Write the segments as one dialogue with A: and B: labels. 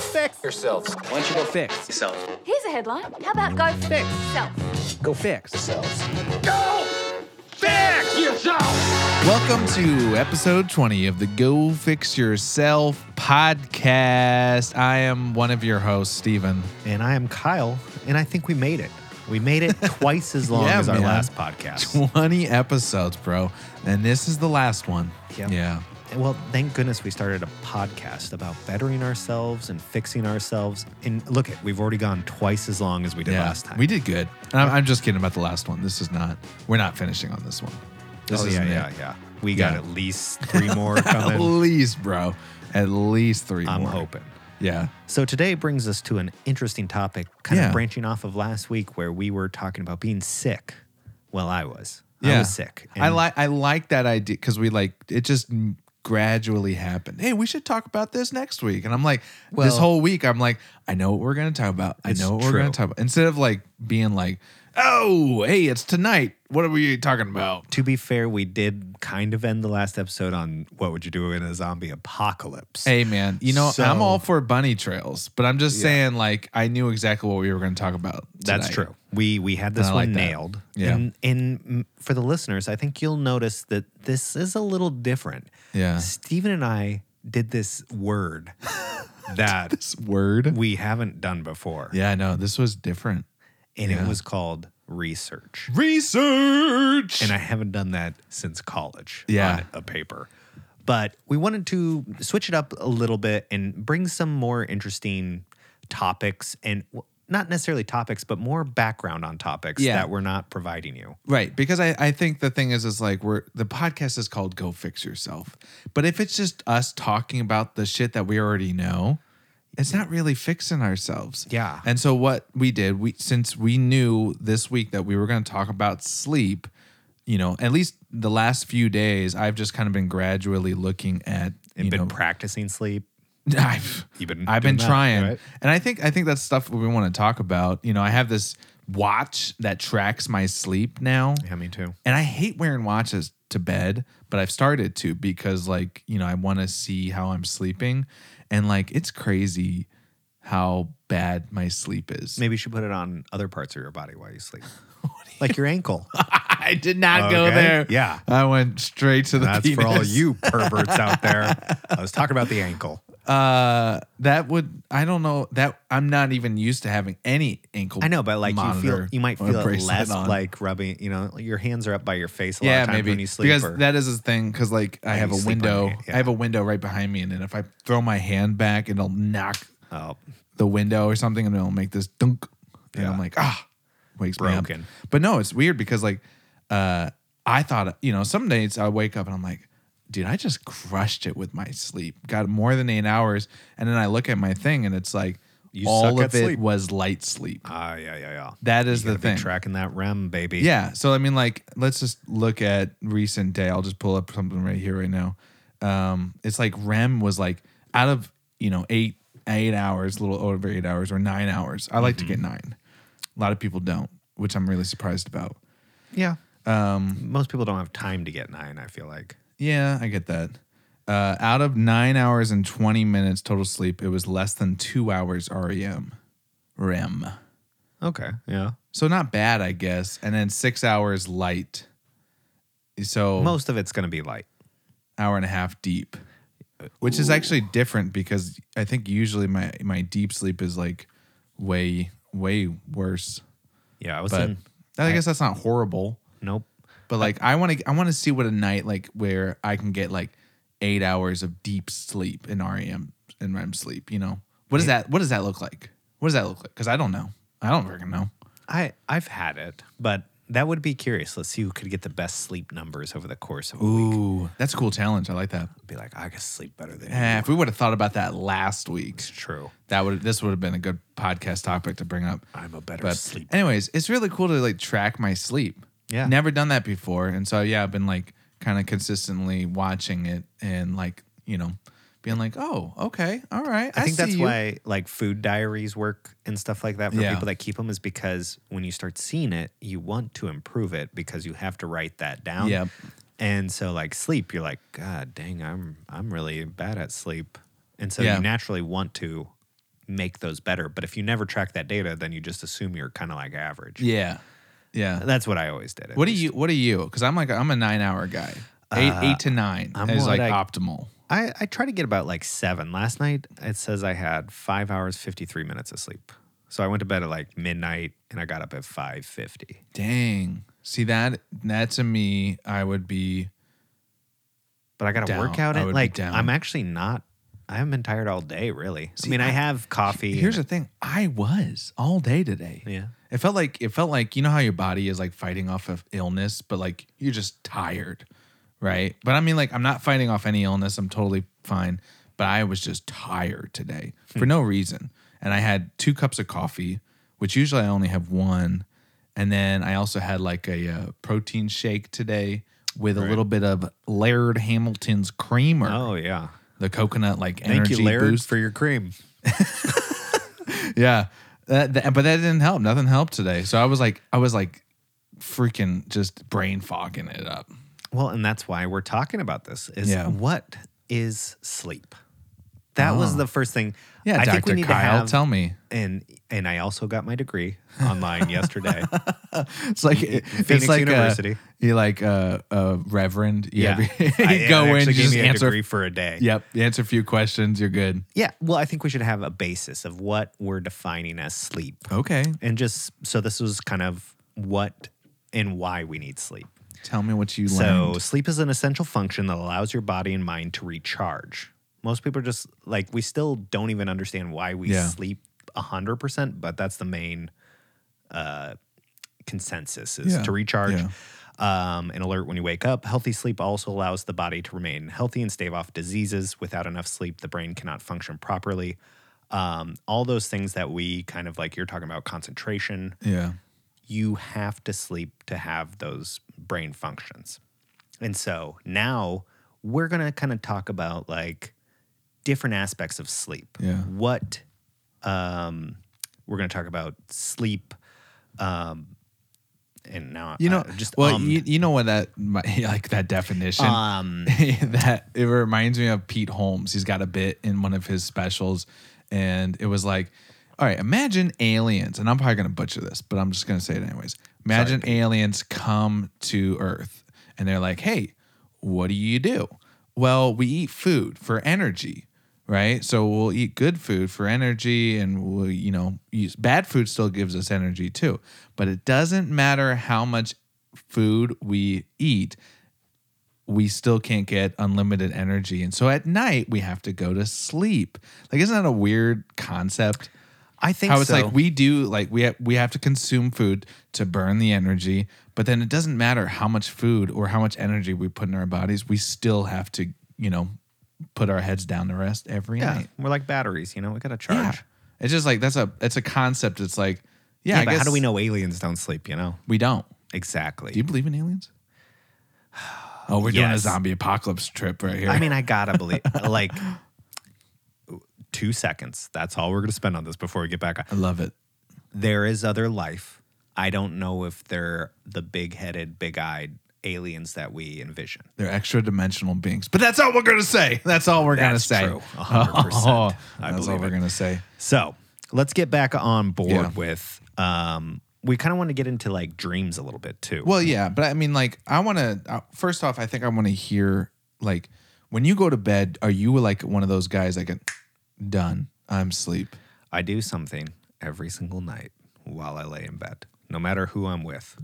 A: fix
B: yourselves.
C: Why don't you go fix
B: Yourself.
D: Here's a headline. How about go fix self?
C: Go fix.
B: Yourselves.
E: Welcome to episode 20 of the Go Fix Yourself podcast. I am one of your hosts, Steven.
A: And I am Kyle, and I think we made it. We made it twice as long
E: Yeah,
A: as our
E: man.
A: last podcast.
E: 20 episodes, bro. And this is the last one.
A: Yeah.
E: Yeah.
A: well, thank goodness we started a podcast about bettering ourselves and fixing ourselves. And look at, we've already gone twice as long as we did
E: yeah.
A: last time.
E: We did good. And I'm, I'm just kidding about the last one. This is not, we're not finishing on this one. This
A: oh, yeah,
E: isn't it.
A: yeah, yeah. We
E: Yeah.
A: got at least three more
E: At
A: coming.
E: least, bro. At least three
A: I'm
E: more.
A: hoping.
E: Yeah.
A: So today brings us to an interesting topic, kind
E: Yeah.
A: of branching off of last week where we were talking about being sick. Well, I was. I was sick.
E: I
A: And-
E: like I like that idea because we like it just m- gradually happened. Hey, we should talk about this next week. And I'm like, this
A: Well-
E: whole week, I'm like, I know what we're gonna talk about. I
A: It's
E: know what we're gonna
A: true.
E: talk about. Instead of like being like, oh, hey, it's tonight. What are we talking about?
A: To be fair, we did kind of end the last episode on what would you do in a zombie apocalypse.
E: Hey man, you know I'm
A: So-
E: all for bunny trails, but I'm just
A: Yeah.
E: saying like I knew exactly what we were going to talk about.
A: That's
E: tonight.
A: true. We we had this
E: I
A: one
E: like that.
A: nailed.
E: Yeah.
A: And, and mm, for the listeners, I think you'll notice that this is a little different.
E: Yeah.
A: Steven and I did this word that
E: This word.
A: we haven't done before.
E: Yeah, I know this was different.
A: And
E: Yeah.
A: it was called research.
E: Research.
A: and I haven't done that since college
E: Yeah.
A: on a paper. But we wanted to switch it up a little bit and bring some more interesting topics and well, not necessarily topics, but more background on topics
E: Yeah.
A: that we're not providing you.
E: Right, because I, I think the thing is is like we're the podcast is called Go Fix Yourself. But if it's just us talking about the shit that we already know, it's not really fixing ourselves.
A: Yeah.
E: And so what we did, we since we knew this week that we were going to talk about sleep, you know, at least the last few days, I've just kind of been gradually looking at
A: And
E: you
A: been
E: know,
A: practicing sleep.
E: I've
A: You've been
E: I've been
A: doing that,
E: trying,
A: right?
E: and I think I think that's stuff we want to talk about. You know, I have this watch that tracks my sleep now.
A: Yeah, me too.
E: And I hate wearing watches to bed, but I've started to because like, you know, I want to see how I'm sleeping and like it's crazy how bad my sleep is.
A: Maybe you should put it on other parts of your body while you sleep. like your ankle.
E: I did not go
A: Okay,
E: there.
A: yeah.
E: I went straight to the
A: That's for all
E: penis.
A: you perverts out there. I was talking about the ankle.
E: Uh that would I don't know that I'm not even used to having any ankle
A: I know, but like you feel,
E: monitor
A: you might
E: or
A: feel it
E: bracelet
A: less
E: on.
A: like rubbing. You know, your hands are up by your face a lot
E: yeah,
A: of times
E: maybe
A: when you sleep.
E: because
A: or-
E: that is his thing. Because like I
A: Yeah,
E: have
A: you
E: a
A: sleep on
E: window,
A: it, yeah.
E: I have a window right behind me, and then if I throw my hand back, it'll knock
A: oh,
E: the window or something and it'll make this dunk. And
A: Yeah.
E: I'm like, ah, wakes me
A: Broken.
E: up. But no, it's weird because like uh I thought, you know, some days I wake up and I'm like, dude, I just crushed it with my sleep. Got more than eight hours. And then I look at my thing and it's like
A: You
E: all
A: suck
E: of
A: at
E: it
A: sleep.
E: was light sleep.
A: Ah, yeah, yeah, yeah.
E: That is the
A: Gotta be
E: thing.
A: Tracking that REM, baby.
E: Yeah. So I mean, like, let's just look at recent day. I'll just pull up something right here, right now. Um, it's like REM was like out of you know eight eight hours, a little over eight hours or nine hours. I like to get nine. A lot of people don't, which I'm really surprised about.
A: yeah.
E: Um,
A: Most people don't have time to get nine. I feel like.
E: Yeah, I get that. Uh, out of nine hours and twenty minutes total sleep, it was less than two hours REM. REM.
A: Okay. Yeah.
E: So not bad, I guess. And then six hours light. So
A: Most of it's gonna be light.
E: hour and a half deep, which is actually different because I think usually my my deep sleep is like way way worse.
A: Yeah, I was
E: But
A: in.
E: Hmm. I guess that's not horrible.
A: Nope.
E: But like I want to I want to see what a night like where I can get like eight hours of deep sleep in REM in REM sleep. You know what does that what does that look like? What does that look like? Because I don't know. I don't freaking know.
A: I I've had it, but that would be curious. Let's see who could get the best sleep numbers over the course of a week.
E: Ooh, that's a cool challenge. I like that.
A: Be like, I can sleep better than you.
E: Eh, if we would have thought about that last week,
A: It's true.
E: that would this would have been a good podcast topic to bring up.
A: I'm a better
E: But
A: sleeper.
E: anyways, it's really cool to like track my sleep.
A: Yeah.
E: Never done that before. And so yeah, I've been like kind of consistently watching it and like, you know, being like, "Oh, okay. All right.
A: I, think
E: see
A: that's
E: you."
A: why like food diaries work and stuff like that for
E: Yeah.
A: people that keep them is because when you start seeing it, you want to improve it because you have to write that down.
E: Yep.
A: And so like sleep, you're like, God dang, I'm I'm really bad at sleep. And so
E: Yeah.
A: you naturally want to make those better. But if you never track that data, then you just assume you're kind of like average.
E: Yeah. Yeah.
A: That's what I always did. at
E: What are
A: least.
E: you? What are you? Because I'm like I'm a nine hour guy. Eight, eight to 9
A: Uh, I'm
E: is
A: more
E: like
A: like-
E: optimal.
A: I, I try to get about like seven. Last night, it says I had five hours, 53 minutes of sleep. So I went to bed at like midnight and I got up at 5.50.
E: Dang. See that? That to me, I would be.
A: But I got to
E: Down.
A: work out
E: I
A: at
E: would be
A: like,
E: down.
A: I'm actually not, I haven't been tired all day really. I mean, I, have coffee.
E: Here's the
A: and-
E: thing. I was all day today.
A: Yeah.
E: It felt like it felt like you know how your body is like fighting off of illness, but like you're just tired, right? But I mean, like I'm not fighting off any illness. I'm totally fine. But I was just tired today
A: Hmm.
E: for no reason, and I had two cups of coffee, which usually I only have one, and then I also had like a uh, protein shake today with a little bit of Laird Hamilton's creamer,
A: Oh, yeah.
E: the coconut like
A: Thank
E: energy
A: you, Laird,
E: boost.
A: for your cream.
E: Yeah. That, that- but that didn't help. Nothing helped today. So I was like, I was like freaking just brain fogging it up.
A: Well, and that's why we're talking about this is
E: Yeah.
A: what is sleep? That was the first thing.
E: Oh. Yeah.
A: I
E: Dr.
A: think we need
E: Kyle,
A: to have,
E: tell me.
A: and and I also got my degree online yesterday.
E: It's like, it's
A: Phoenix
E: like
A: University.
E: you like a, a reverend. You
A: Yeah,
E: have- you go
A: it
E: in,
A: actually
E: you
A: gave
E: just
A: me a
E: answer.
A: degree for a day.
E: Yep. You answer a few questions. You're good.
A: yeah. Well, I think we should have a basis of what we're defining as sleep,
E: Okay.
A: and just so this was kind of what and why we need sleep.
E: Tell me what you
A: So,
E: learned.
A: sleep is an essential function that allows your body and mind to recharge. Most people are just like we still don't even understand why we
E: Yeah.
A: sleep hundred percent, but that's the main uh, consensus is
E: Yeah,
A: to recharge
E: yeah.
A: um, and alert when you wake up. Healthy sleep also allows the body to remain healthy and stave off diseases. Without enough sleep, the brain cannot function properly. Um, all those things that we kind of like you're talking about concentration,
E: Yeah.
A: you have to sleep to have those brain functions. And so now we're going to kind of talk about like different aspects of sleep.
E: Yeah.
A: What um, we're going to talk about sleep. Um, and now
E: You
A: I-
E: know,
A: I
E: just
A: just
E: well,
A: ummed.
E: you, you know what that my- like that definition.
A: um,
E: that it reminds me of Pete Holmes. He's got a bit in one of his specials, and it was like, all right, imagine aliens, and I'm probably gonna butcher this, but I'm just gonna say it anyways. Imagine aliens come to Earth and they're like, hey, what do you do? Well, we eat food for energy, right? So we'll eat good food for energy, and we'll, you know, use bad food still gives us energy too. But it doesn't matter how much food we eat, we still can't get unlimited energy. And so at night, we have to go to sleep. Like, isn't that a weird concept?
A: I think
E: How it's
A: so.
E: like we do, like, we, ha- we have to consume food to burn the energy, but then it doesn't matter how much food or how much energy we put in our bodies, we still have to, you know, put our heads down to rest every
A: yeah,
E: night.
A: we're like batteries, you know, we got to charge.
E: Yeah. It's just like, that's a, it's a concept. It's like, yeah, I
A: but
E: guess
A: how do we know aliens don't sleep, you know?
E: We don't.
A: Exactly.
E: Do you believe in aliens? Oh, we're doing a
A: Yes.
E: zombie apocalypse trip right here.
A: I mean, I gotta believe like two seconds. That's all we're gonna spend on this before we get back.
E: I love it.
A: There is other life. I don't know if they're the big-headed, big-eyed aliens that we envision.
E: They're extra dimensional beings. But that's all we're going to say. That's all we're going to
A: That's
E: say.
A: true. 100%. I
E: that's all
A: believe
E: we're
A: it.
E: going to say.
A: So let's get back on board
E: Yeah.
A: with. Um, we kind of want to get into like dreams a little bit too.
E: Well, yeah, but I mean like I want to uh, first off, I think I want to hear like when you go to bed, are you like one of those guys that can done, I'm sleep.
A: I do something every single night while I lay in bed, no matter who I'm with.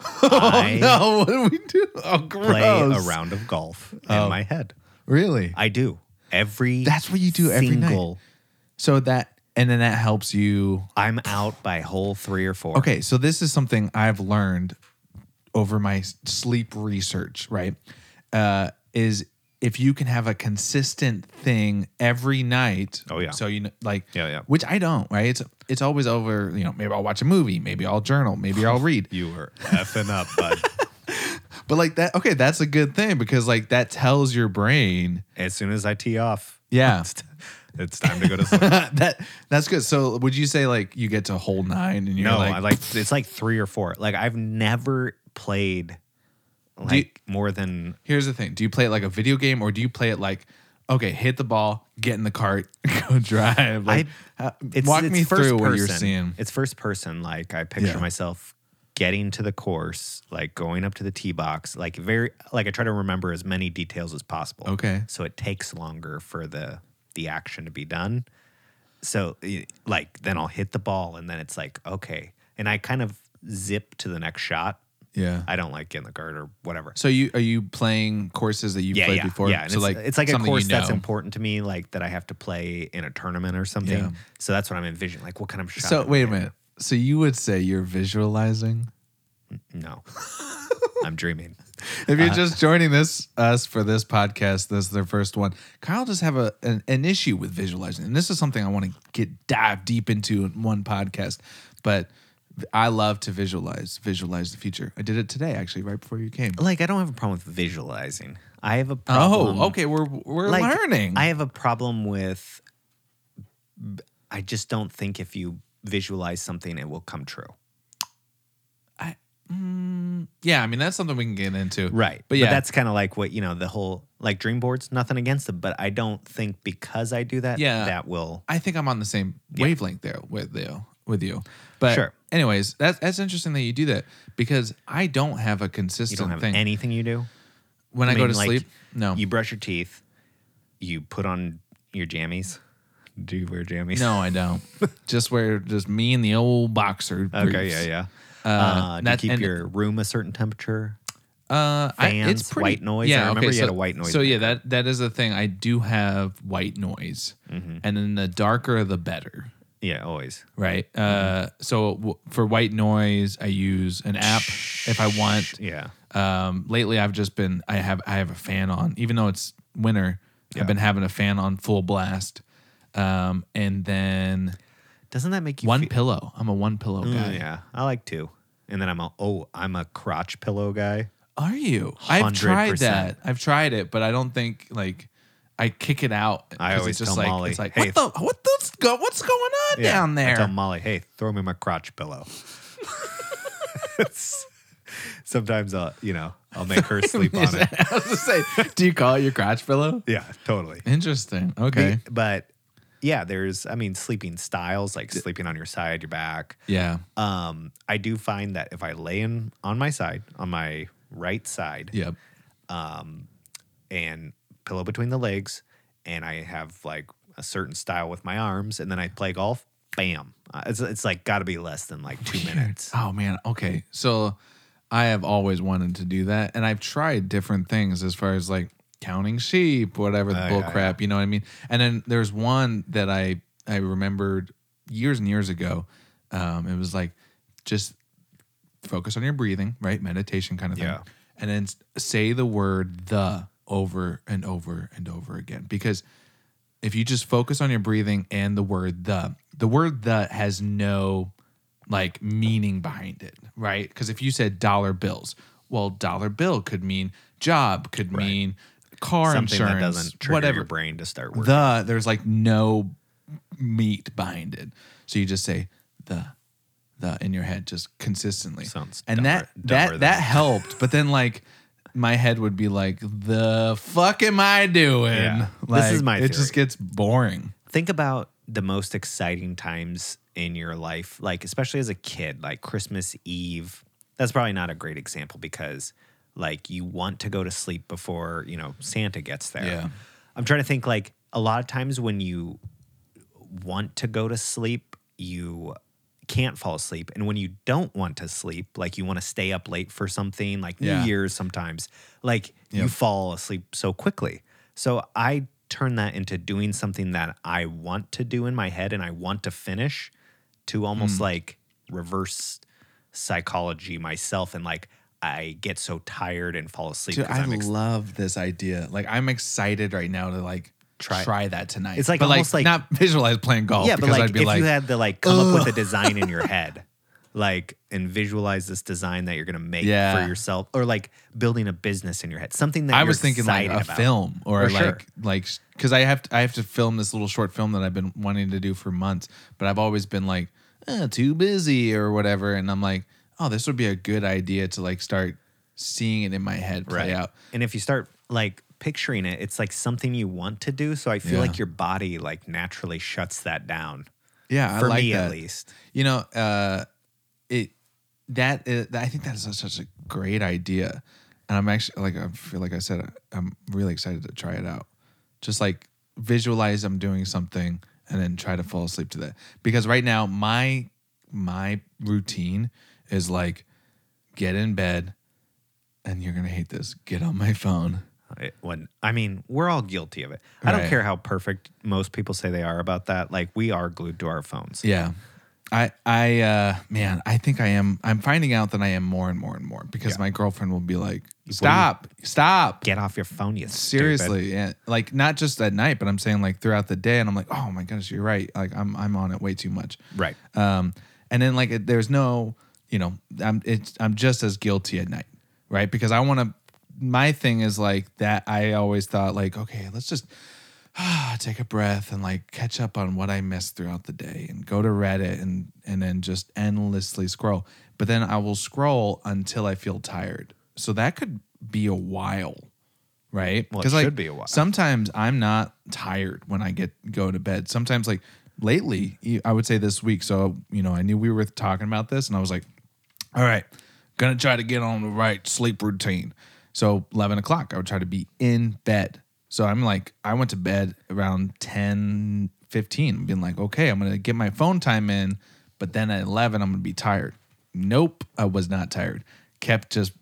A: I
E: Oh, No, what do we do? Oh, gross.
A: play a round of golf in my head.
E: Really?
A: I do every.
E: That's what you do every night.
A: single-
E: So that and then that helps you
A: I'm out by hole three or four.
E: Okay, so this is something I've learned over my s- sleep research, right? Uh, is if you can have a consistent thing every night.
A: Oh, yeah.
E: So you know, like
A: Yeah, yeah.
E: Which I don't, right? It's it's always over. You know, maybe I'll watch a movie, maybe I'll journal, maybe I'll read.
A: You were effing up, bud.
E: But like that, okay, that's a good thing because like that tells your brain,
A: as soon as I tee off,
E: yeah,
A: it's time to go to sleep.
E: that that's good. So would you say like you get to hole nine and you're
A: no,
E: like,
A: I like it's like three or four. Like I've never played like more than
E: here's the thing do you play it like a video game or do you play it like okay, hit the ball, get in the cart, go drive. Like,
A: uh,
E: ha- walk me through what you're seeing.
A: It's first person. Like I picture
E: Yeah.
A: myself getting to the course, like going up to the tee box, like very like I try to remember as many details as possible.
E: Okay.
A: So it takes longer for the the action to be done. So y- like then I'll hit the ball and then it's like, okay. And I kind of zip to the next shot.
E: Yeah.
A: I don't like get in the cart or whatever.
E: So you are you playing courses that you've
A: yeah,
E: played
A: yeah,
E: before?
A: Yeah, and
E: so
A: it's,
E: like
A: it's like a
E: something you
A: course that's
E: know.
A: important to me, like that I have to play in a tournament or something.
E: Yeah.
A: So that's what I'm envisioning. Like, what kind of shot?
E: So
A: am I
E: wait a
A: hitting?
E: minute. So you would say you're visualizing?
A: No, I'm dreaming.
E: If
A: Uh-huh.
E: you're just joining this us for this podcast, this is their first one. Kyle does have a an, an issue with visualizing, and this is something I want to get dive deep into in one podcast. But I love to visualize, visualize the future. I did it today, actually, right before you came.
A: Like, I don't have a problem with visualizing. I have a problem.
E: Oh, okay, we're we're
A: Like,
E: learning.
A: I have a problem with. I just don't think if you visualize something, it will come true.
E: Mm, yeah, I mean that's something we can get into,
A: Right.
E: But yeah,
A: that's kind of like what, you know, the whole like dream boards, nothing against them, but I don't think because I do that,
E: Yeah.
A: that will.
E: I think I'm on the same wavelength there with you. With you, but
A: Sure.
E: anyways, that's that's interesting that you do that because I don't have a
A: You
E: consistent
A: don't have
E: thing
A: anything you do.
E: when I, go
A: mean,
E: to
A: like,
E: sleep. No,
A: You brush your teeth, you put on your jammies. Do you wear jammies?
E: no, I don't. just wear just me and the old boxer.
A: Okay, yeah, yeah. Uh, do you
E: that-
A: keep
E: and-
A: your room a certain temperature?
E: Uh, I-
A: Fans,
E: it's pretty,
A: white noise. I remember you
E: so,
A: had a white noise
E: So yeah, that that is the thing. I do have white noise,
A: Mm-hmm.
E: and then the darker the better.
A: Yeah, always.
E: Right. Uh, so w- for white noise, I use an app if I want.
A: Yeah.
E: Um, lately, I've just been I have I have a fan on, even though it's winter. I've been having a fan on full blast, um, and then
A: Doesn't that make you
E: one Mm.
A: feel- Mm,
E: pillow. I'm a one pillow guy.
A: Yeah, I like two. And then I'm a oh, I'm a crotch pillow guy.
E: Are you? i have tried
A: 100%.
E: that. I've tried it, but I don't think like I kick it out. 'cause
A: I
E: it's
A: always
E: just
A: tell
E: like,
A: Molly,
E: It's like
A: "Hey,
E: what the what the go, what's going on
A: Yeah,
E: down
A: I
E: there?
A: tell Molly, hey, throw me my crotch pillow. It's- Sometimes I'll, you know, I'll make her sleep on it.
E: I was just saying, do you call it your crotch pillow?
A: Yeah, totally.
E: Interesting. Okay.
A: But yeah, there's, I mean, sleeping styles like sleeping on your side, your back.
E: yeah.
A: Um, I do find that if I lay in on my side, on my right side,
E: Yep.
A: and pillow between the legs, and I have like a certain style with my arms, and then I play golf. Bam! Uh, It's it's like got to be less than like two minutes.
E: Oh man. Okay. So I have always wanted to do that, and I've tried different things as far as like counting sheep, whatever the
A: Oh,
E: bull
A: yeah,
E: crap. You know what I mean? And then there's one that I I remembered years and years ago. Um, it was like just focus on your breathing, right? Meditation kind of thing.
A: Yeah.
E: And then s- say the word the over and over and over again because if you just focus on your breathing and the word the, the word the has no like meaning behind it, right? Because if you said dollar bills, well, dollar bill could mean job, could mean car
A: Something
E: insurance,
A: that doesn't trigger
E: whatever.
A: your brain to start working.
E: the there's like no meat behind it, so you just say the the in your head just consistently.
A: Sounds
E: and
A: dumber-
E: that that
A: dumber than-
E: that helped, but then like. My head would be like, "The fuck am I doing?"
A: Yeah.
E: Like,
A: This is my
E: It just
A: theory.
E: gets boring.
A: Think about the most exciting times in your life, like especially as a kid, like Christmas Eve. That's probably not a great example because like you want to go to sleep before, you know, Santa gets there.
E: Yeah.
A: I'm trying to think like a lot of times when you want to go to sleep, you can't fall asleep. And when you don't want to sleep, like you want to stay up late for something, like
E: Yeah.
A: New Year's sometimes, like you
E: Yep.
A: fall asleep so quickly. So I turn that into doing something that I want to do in my head and I want to finish to almost
E: Hmm.
A: like reverse psychology myself and like I get so tired and fall asleep
E: Dude, I
A: I'm ex-
E: love this idea. Like, I'm excited right now to like try
A: Try-
E: that tonight.
A: It's like
E: but
A: almost like-
E: not visualize playing golf.
A: Yeah, but
E: Oh, because
A: like
E: I'd be
A: if
E: like,
A: you had to like come up with a design in your head, like and visualize this design that you're gonna make
E: Yeah.
A: for yourself, or like building a business in your head, something that
E: I
A: you're
E: was thinking like a
A: excited about.
E: film or
A: For
E: like
A: sure.
E: like because I have to, I have to film this little short film that I've been wanting to do for months, but I've always been like eh, too busy or whatever, and I'm like, oh, this would be a good idea to like start seeing it in my head play out.
A: And if you start like picturing it, it's like something you want to do. So I feel
E: Yeah.
A: like your body like naturally shuts that down.
E: Yeah,
A: for
E: I like
A: me
E: that.
A: at least.
E: You know, uh, it that is, I think that is such, such a great idea, and I'm actually like I feel like I said I'm really excited to try it out. Just like visualize I'm doing something and then try to fall asleep to that because right now my my routine is like get in bed and you're gonna hate this get on my phone
A: It- when I mean, we're all guilty of it. I don't
E: Right.
A: care how perfect most people say they are about that. Like we are glued to our phones.
E: Yeah. I I uh man, I think I am I'm finding out that I am more and more and more because my girlfriend will be like, "Stop. Stop."
A: Get off your phone, you stupid."
E: Seriously. Yeah. Like not just at night, but I'm saying like throughout the day and I'm like, "Oh my gosh, you're right. Like I'm I'm on it way too much."
A: Right.
E: Um and then like it- there's no, you know, I'm it's I'm just as guilty at night, right? Because I want to my thing is like that I always thought like, "Okay, let's just take a breath and like catch up on what I missed throughout the day and go to Reddit and and then just endlessly scroll. But then I will scroll until I feel tired. So that could be a while, right?
A: Well, it
E: 'Cause, like,
A: should be a while.
E: Sometimes I'm not tired when I get go to bed. Sometimes like lately, e- I would say this week. So you know, I knew we were talking about this, and I was like, all right, gonna try to get on the right sleep routine. So eleven o'clock, I would try to be in bed. So I'm like, I went to bed around 10, 15, being like, okay, I'm gonna get my phone time in, but then at eleven, I'm gonna be tired. Nope, I was not tired. Kept just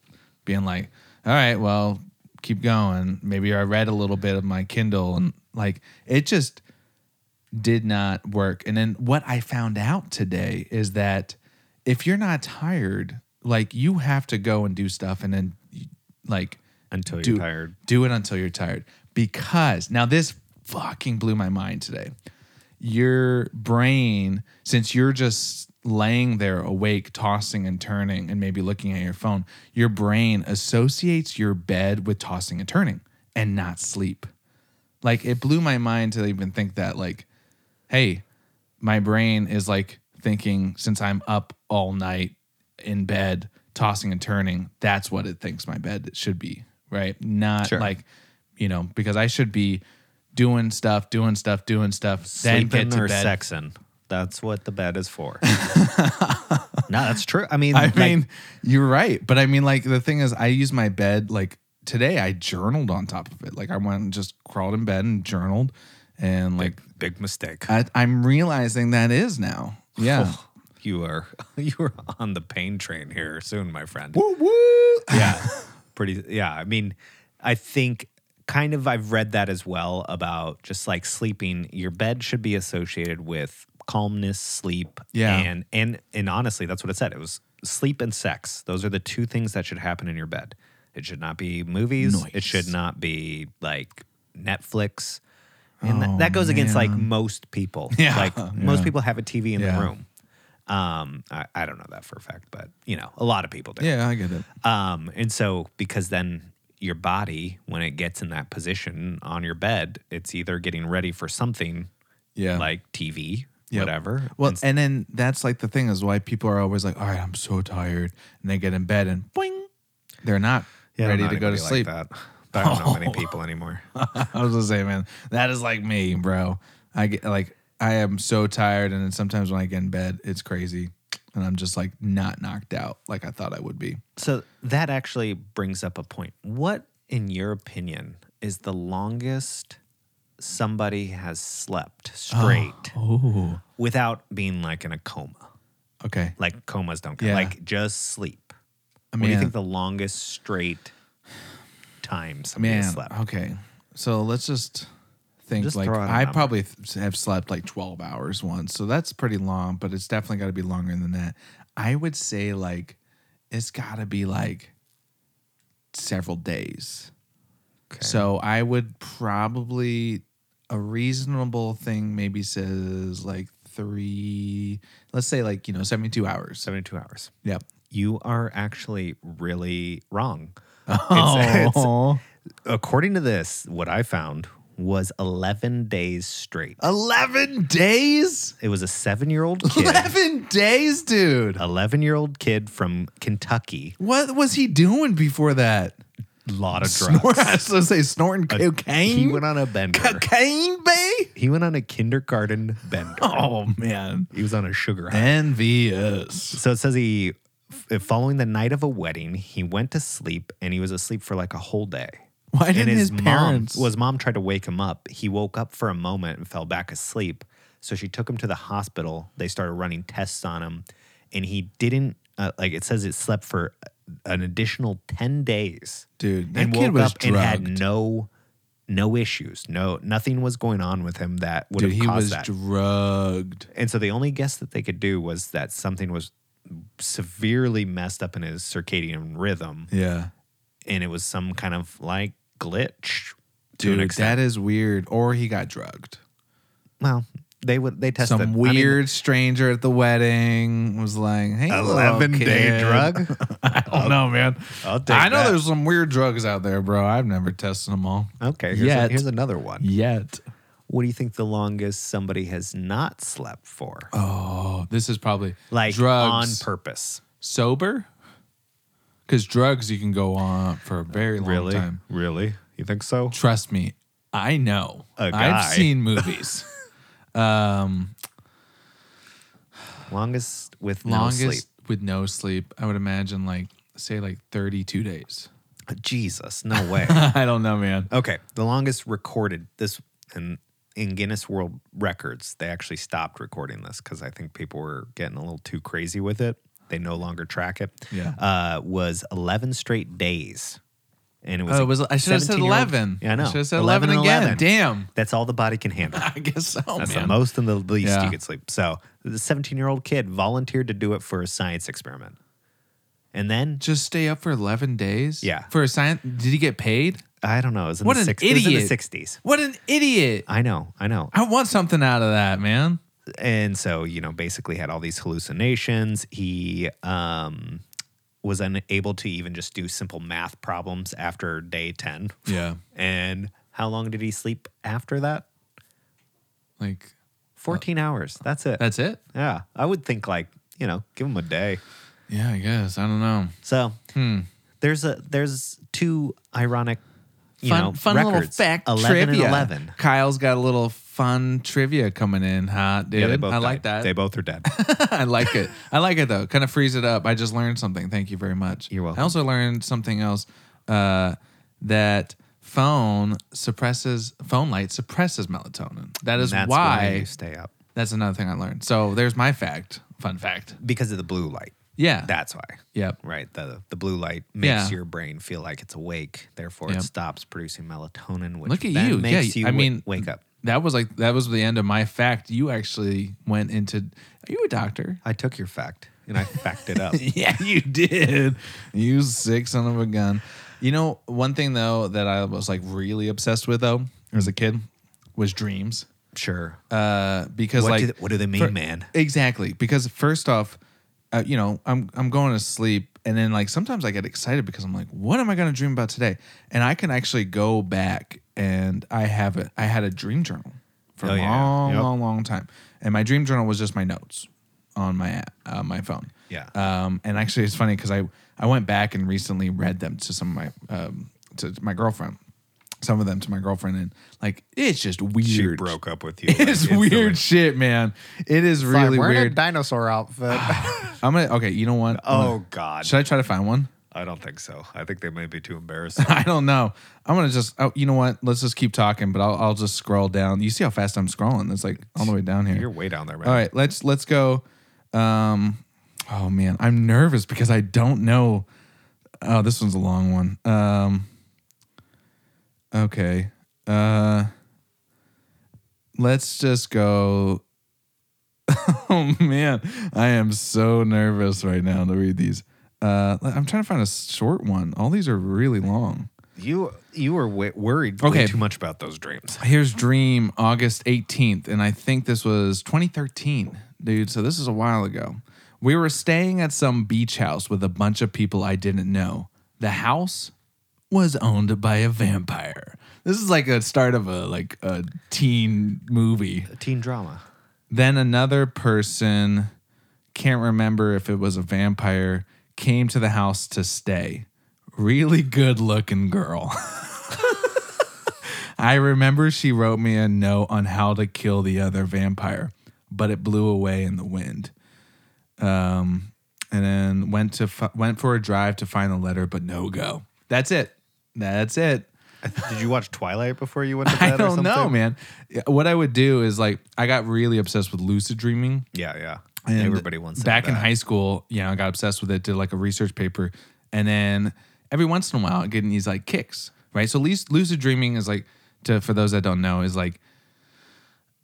E: being like, all right, well, keep going. Maybe I read a little bit of my Kindle and like it just did not work. And then what I found out today is that if you're not tired, like you have to go and do stuff and then like
A: Until you're
E: do,
A: tired.
E: Do it until you're tired. Because now this fucking blew my mind today. Your brain, since you're just laying there awake, tossing and turning, and maybe looking at your phone, your brain associates your bed with tossing and turning and not sleep like it blew my mind to even think that like hey my brain is like thinking since i'm up all night in bed tossing and turning that's what it thinks my bed should be right not
A: Sure.
E: like you know because i should be doing stuff doing stuff doing stuff then
A: Sleeping
E: get to
A: or
E: bed
A: sexing. That's what the bed is for. no, that's true. I mean,
E: I
A: like,
E: mean, you're right. But I mean, like, the thing is, I use my bed. Like, today I journaled on top of it. Like, I went and just crawled in bed and journaled. And, like,
A: big mistake.
E: I, I'm realizing that is now. Yeah.
A: you are you are on the pain train here soon, my friend.
E: woo woo.
A: yeah pretty yeah i mean i think kind of i've read that as well about just like sleeping your bed should be associated with calmness sleep
E: Yeah.
A: and and and honestly that's what it said it was sleep and sex those are the two things that should happen in your bed it should not be movies it
E: Nice.
A: should not be like netflix and that, that goes against like most people
E: Oh, Yeah.
A: like most people have a tv in
E: Yeah.
A: the room um I, I don't know that for a fact but you know a lot of people do
E: Yeah, I get it.
A: um, and so, because then your body, when it gets in that position on your bed, it's either getting ready for something
E: Yeah.
A: like TV,
E: Yep.
A: whatever.
E: Well,
A: and s-
E: and then that's like the thing is why people are always like, all right, I'm so tired. And they get in bed and boing, they're not
A: I don't
E: ready
A: know
E: to go to
A: anybody like
E: sleep. Oh.
A: that. But I don't know many people anymore.
E: I was gonna say, man, that is like me, bro. I get like I am so tired, and then sometimes when I get in bed, it's crazy, and I'm just like not knocked out like I thought I would be.
A: So that actually brings up a point. What, in your opinion, is the longest somebody has slept straight
E: Oh,
A: without being like in a coma?
E: okay.
A: Like comas don't count.
E: Yeah.
A: Like just sleep.
E: I
A: What do you
E: mean,
A: think the longest straight time somebody
E: man, Oh,
A: has slept?
E: okay. So let's just think
A: Just
E: like
A: throw out a
E: I
A: number.
E: probably th- have slept like 12 hours once, so that's pretty long, but it's definitely got to be longer than that. I would say like it's got to be like several days. So I would probably a reasonable thing maybe says like three, let's say like, you know, 72 hours.
A: 72 hours.
E: Yep.
A: You are actually really wrong. It's- it's-
E: Oh,
A: according to this, what I found was 11 days straight.
E: Oh. 11 days?
A: It was a seven year old kid,
E: 11 days, dude.
A: 11 year old kid from Kentucky
E: What was he doing before that?
A: lot of drugs.
E: Snort, I was gonna say snorting
A: A-
E: cocaine.
A: He went on a bender.
E: cocaine, babe.
A: He went on a kindergarten bender.
E: Oh man,
A: He was on a sugar high.
E: envious.
A: So it says he, f- following the night of a wedding, he went to sleep and he was asleep for like a whole day.
E: Why
A: and
E: didn't his, parents?
A: Mom, well, his mom tried to wake him up. He woke up for a moment and fell back asleep. So she took him to the hospital. They started running tests on him, and he didn't. Uh, like it says, it slept for an additional ten days.
E: Dude, that
A: and
E: kid
A: woke
E: was
A: up and had
E: drugged.
A: no, no issues. No, nothing was going on with him that would
E: dude,
A: have
E: he
A: caused
E: was
A: that.
E: drugged.
A: And so the only guess that they could do was that something was severely messed up in his circadian rhythm
E: Yeah,
A: and it was some kind of like glitch to an
E: dude,
A: extent.
E: that is weird. Or he got drugged.
A: well, they would they tested
E: Some weird stranger at the wedding was like, "Hey,
A: I mean,
E: little
A: 11 day
E: kid."
A: drug. Oh,
E: I don't know, man.
A: I'll take
E: I know
A: that.
E: there's some weird drugs out there, bro. I've never tested them all
A: Okay, here's, a-
E: Yet.
A: here's another one.
E: yet.
A: What do you think the longest somebody has not slept for?
E: Oh, this is probably
A: like
E: drugs
A: on purpose.
E: sober. Because drugs, you can go on for a very long time.
A: Really? You think so?
E: Trust me, I know.
A: A guy.
E: I've seen movies. um,
A: Longest with
E: longest
A: no sleep.
E: with no sleep, I would imagine like say like thirty-two days.
A: Jesus, no way.
E: I don't know, man.
A: Okay, the longest recorded this and in Guinness World Records, they actually stopped recording this because I think people were getting a little too crazy with it. They no longer track it.
E: Yeah.
A: uh, was eleven straight days, and it Uh, was.
E: Oh,
A: a
E: it was I should have said
A: 17-year-old
E: eleven.
A: Yeah, I know.
E: Should have said eleven,
A: and
E: again.
A: 11.
E: Damn.
A: that's all the body can handle.
E: I guess so,
A: That's
E: Oh, man.
A: the most and the least
E: Yeah.
A: you could sleep. So the seventeen-year-old kid volunteered to do it for a science experiment, and then
E: Just stay up for eleven days.
A: Yeah.
E: For a sign, did he get paid?
A: I don't know. It was in
E: What
A: the
E: an
A: 60s, It was in the
E: idiot.
A: sixties.
E: What an idiot!
A: I know. I know.
E: I want something out of that, man.
A: and so you know basically had all these hallucinations he um was unable to even just do simple math problems after day 10
E: Yeah.
A: and how long did he sleep after that
E: Like
A: 14 hours that's it
E: that's it.
A: yeah i would think like you know give him a day
E: Yeah, I guess. I don't know.
A: so
E: Hmm.
A: there's a there's two ironic you
E: fun
A: know
E: fun little
A: records,
E: fact
A: 11
E: trivia.
A: and 11
E: Kyle's got a little fun trivia coming in, huh, dude?
A: yeah, they both
E: I like
A: died.
E: that.
A: They both are dead.
E: I like it. I like it though. Kind of frees it up. I just learned something. Thank you very much.
A: You're welcome.
E: I also learned something else uh, that phone suppresses phone light suppresses melatonin. That is
A: That's why
E: why.
A: you stay up
E: that's another thing I learned. So there's my fact. Fun fact.
A: because of the blue light.
E: Yeah.
A: That's why.
E: Yep.
A: right? The the blue light makes
E: Yeah.
A: your brain feel like it's awake. Therefore, it
E: Yep.
A: stops producing melatonin, which
E: Look at
A: then
E: you.
A: makes
E: yeah,
A: you
E: I
A: wa-
E: mean,
A: wake up.
E: That was like that was the end of my fact. You actually went into. Are you a doctor?
A: I took your fact and I fact it up.
E: yeah, you did. You sick son of a gun. You know, one thing though that I was like really obsessed with though as a kid was dreams.
A: Sure.
E: Uh, because
A: What
E: like,
A: do- what do they mean, man?
E: Exactly. Because first off, uh, you know, I'm I'm going to sleep, and then like sometimes I get excited because I'm like, what am I going to dream about today? And I can actually go back and I have a I had a dream journal for
A: Oh,
E: a
A: yeah.
E: long,
A: Yep.
E: long, long time, and my dream journal was just my notes on my app- uh, my phone.
A: Yeah.
E: Um, and actually, it's funny because I I went back and recently read them to some of my um, to my girlfriend, some of them to my girlfriend, and like it's just weird.
A: she broke up with you. like,
E: It's
A: instantly.
E: weird shit, man. It is really weird.
A: dinosaur outfit.
E: I'm gonna okay. You know what? I'm
A: oh
E: gonna-
A: God.
E: should I try to find one?
A: I don't think so. I think they may be too embarrassing.
E: I don't know. I'm gonna just. Oh, you know what? Let's just keep talking. But I'll I'll just scroll down. You see how fast I'm scrolling? It's like all the way down here.
A: You're way down there, man.
E: All right, let's let's go. Um, oh man, I'm nervous because I don't know. Oh, this one's a long one. Um, okay. Uh, let's just go. oh man, I am so nervous right now to read these. Uh, I'm trying to find a short one. All these are really long.
A: You you were w- worried way
E: Okay.
A: too much about those dreams.
E: Here's Dream, August 18th, and I think this was 2013, dude. So this is a while ago. We were staying at some beach house with a bunch of people I didn't know. The house was owned by a vampire. This is like a start of a like a teen movie.
A: Teen drama.
E: Then another person, can't remember if it was a vampire, came to the house to stay. really good looking girl. I remember she wrote me a note on how to kill the other vampire, but it blew away in the wind. Um, and then went to fi- went for a drive to find the letter, but no go. That's it. That's it.
A: Did you watch Twilight before you went to bed
E: I don't
A: or something?
E: know, man. Yeah, What I would do is like I got really obsessed with lucid dreaming.
A: Yeah, yeah.
E: And
A: Everybody wants
E: back
A: that.
E: in high school. Yeah, I got obsessed with it. Did like a research paper, and then every once in a while, getting these like kicks, right? So, least lucid dreaming is like, to for those that don't know, is like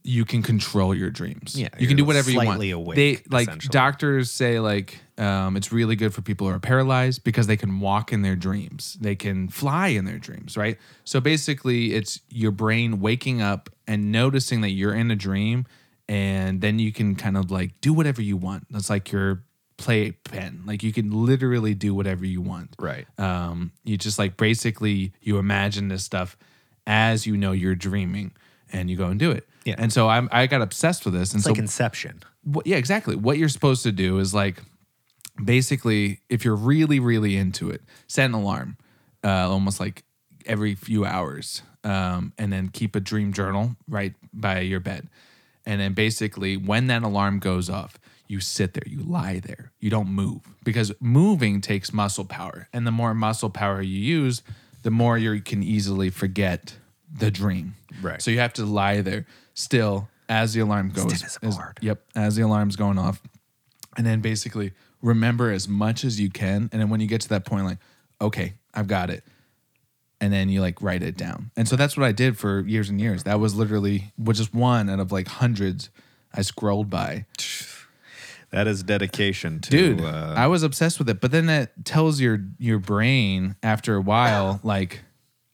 E: you can control your dreams.
A: Yeah,
E: you can do
A: you're
E: whatever you want.
A: slightly awake,
E: they like
A: essentially.
E: doctors say like um, it's really good for people who are paralyzed because they can walk in their dreams, they can fly in their dreams, right? So basically, it's your brain waking up and noticing that you're in a dream, and then you can kind of like do whatever you want. That's like your play pen. Like you can literally do whatever you want.
A: Right.
E: Um, you just like basically you imagine this stuff as you know you're dreaming and you go and do it.
A: Yeah.
E: And so I'm, I got obsessed with this. And
A: It's
E: so,
A: like Inception.
E: what, yeah, exactly. What you're supposed to do is like basically, if you're really, really into it, set an alarm uh, almost like every few hours um, and then keep a dream journal right by your bed. And then basically, when that alarm goes off, you sit there, you lie there, you don't move because moving takes muscle power. And the more muscle power you use, the more you can easily forget the dream.
A: Right.
E: So you have to lie there still as the alarm goes.
A: as a
E: as-
A: board.
E: Yep, as the alarm's going off. And then basically remember as much as you can. And then when you get to that point, like, okay, I've got it. And then you like write it down. And so that's what I did for years and years. That was literally was just one out of like hundreds I scrolled by.
A: That is dedication to.
E: Dude,
A: uh,
E: I was obsessed with it. But then that tells your your brain after a while, like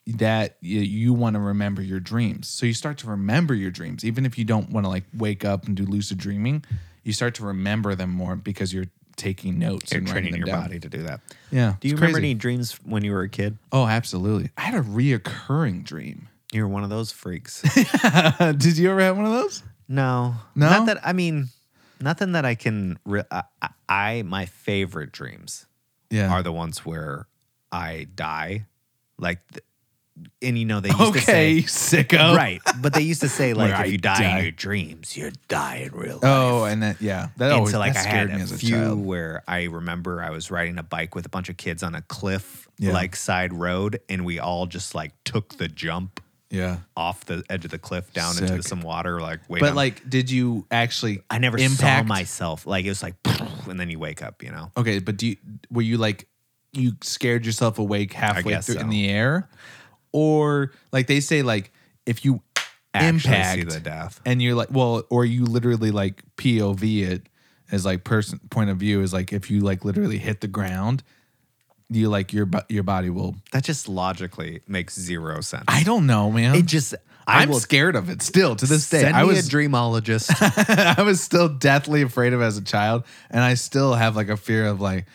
E: that y- you want to remember your dreams. So you start to remember your dreams, even if you don't want to like wake up and do lucid dreaming. You start to remember them more because you're taking notes
A: you're
E: and writing
A: training your
E: them down.
A: body to do that.
E: Yeah,
A: Do you
E: it's
A: remember
E: crazy.
A: any dreams when you were a kid?
E: Oh, absolutely. I had a reoccurring dream.
A: You were one of those freaks.
E: Did you ever have one of those?
A: no,
E: No?
A: Not that I mean, nothing that I can. Re- I, I- I my favorite dreams
E: Yeah.
A: are the ones where I die, like, th- and you know they used to say
E: okay, sicko.
A: Right. But they used to say like
E: Where
A: if
E: I
A: you die,
E: Oh. die.
A: in your dreams, you die in real life.
E: Oh, and that yeah, that
A: and
E: always
A: so like
E: that
A: I had
E: scared me
A: a
E: as a
A: few
E: child.
A: where I remember I was riding a bike with a bunch of kids on a cliff
E: Yeah.
A: like side road and we all just like took the jump
E: Yeah.
A: off the edge of the cliff down into
E: Sick.
A: some water like wait
E: But
A: I'm-
E: like, did you actually?
A: I never
E: impact?
A: saw myself like it was like and then you wake up you know
E: Okay, but do you were you like you scared yourself awake halfway
A: guess
E: through in
A: so.
E: the air, or like they say like if you
A: Actually see
E: impact
A: the death.
E: and you're like well, or you literally like POV it as like person point of view is like if you like literally hit the ground, you like your bo- your body will.
A: that just logically makes zero sense
E: I don't know, man.
A: it just I
E: I'm
A: will
E: scared of it still to this day.
A: send
E: I
A: me
E: was
A: a dreamologist
E: I was still deathly afraid of it as a child, and I still have like a fear of like,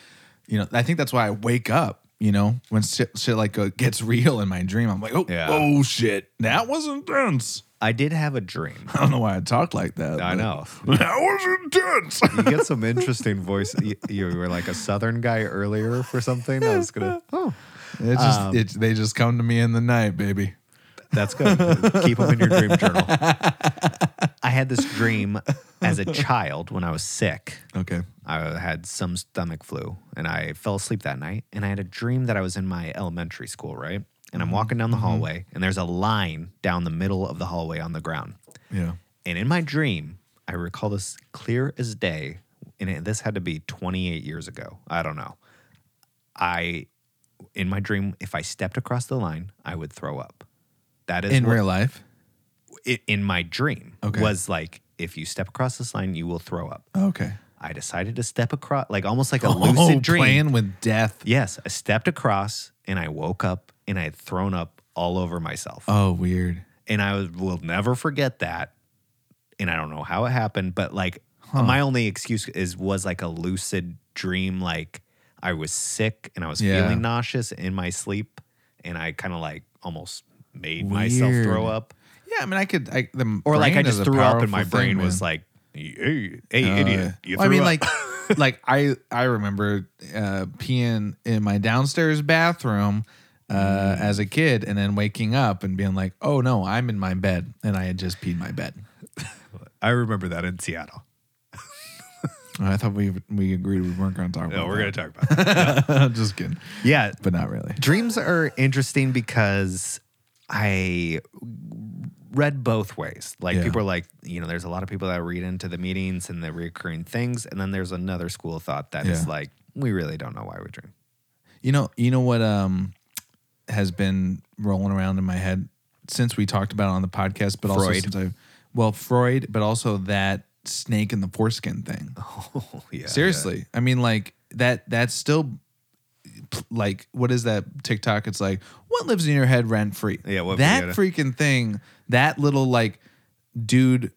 E: you know, I think that's why I wake up. You know, when shit, shit like uh, gets real in my dream, I'm like, oh,
A: Yeah.
E: oh shit, that was intense.
A: I did have a dream
E: I don't know why I talked like that. but
A: I know
E: that was intense.
A: you get some interesting voice. You, you were like a southern guy earlier for something. I was gonna. Oh,
E: it just it, they just come to me in the night, baby.
A: that's good. Keep them in your dream journal. I had this dream as a child when I was sick.
E: Okay,
A: I had some stomach flu, and I fell asleep that night. And I had a dream that I was in my elementary school, right? And I'm walking down the hallway, and there's a line down the middle of the hallway on the ground.
E: yeah,
A: And in my dream, I recall this clear as day. And it, this had to be 28 years ago. I don't know. I, in my dream, if I stepped across the line, I would throw up. That is
E: in
A: what-
E: real life.
A: i- in my dream
E: Okay.
A: was like, if you step across this line, you will throw up.
E: Okay,
A: I decided to step across, like almost like a
E: Oh,
A: lucid dream.
E: playing with death.
A: Yes, I stepped across and I woke up and I had thrown up all over myself
E: Oh, weird.
A: and I was- will never forget that. And I don't know how it happened, but like my only excuse is was like a lucid dream. Like I was sick and I was
E: Yeah.
A: feeling nauseous in my sleep, and I kind of like almost made myself
E: Weird.
A: throw up,
E: Yeah, I mean, I could. I, the
A: or like I
E: brain is
A: just
E: a
A: threw up,
E: powerful
A: and my
E: thing,
A: brain
E: man.
A: was like, "Hey, hey
E: Uh,
A: idiot, you
E: well, I mean,
A: threw
E: like
A: up."
E: like I I remember uh, peeing in my downstairs bathroom uh, as a kid, and then waking up and being like, "Oh no, I'm in my bed," and I had just peed my bed.
A: I remember that in Seattle.
E: I thought we we agreed we weren't going to talk about.
A: No, we're
E: that.
A: going to talk about that.
E: just kidding,
A: yeah.
E: but not really.
A: Dreams are interesting because I read both ways. Like
E: Yeah.
A: people are like, you know, there's a lot of people that read into the meetings and the reoccurring things, and then there's another school of thought that is
E: Yeah.
A: like, we really don't know why we dream.
E: You know, you know what um has been rolling around in my head since we talked about it on the podcast, but also
A: Freud.
E: since I well Freud, but also that snake in the foreskin thing.
A: Oh yeah,
E: Seriously, I mean, like that. That's still like what is that TikTok? It's like what lives in your head rent free.
A: Yeah, what
E: that
A: Vegeta.
E: freaking thing. That little like dude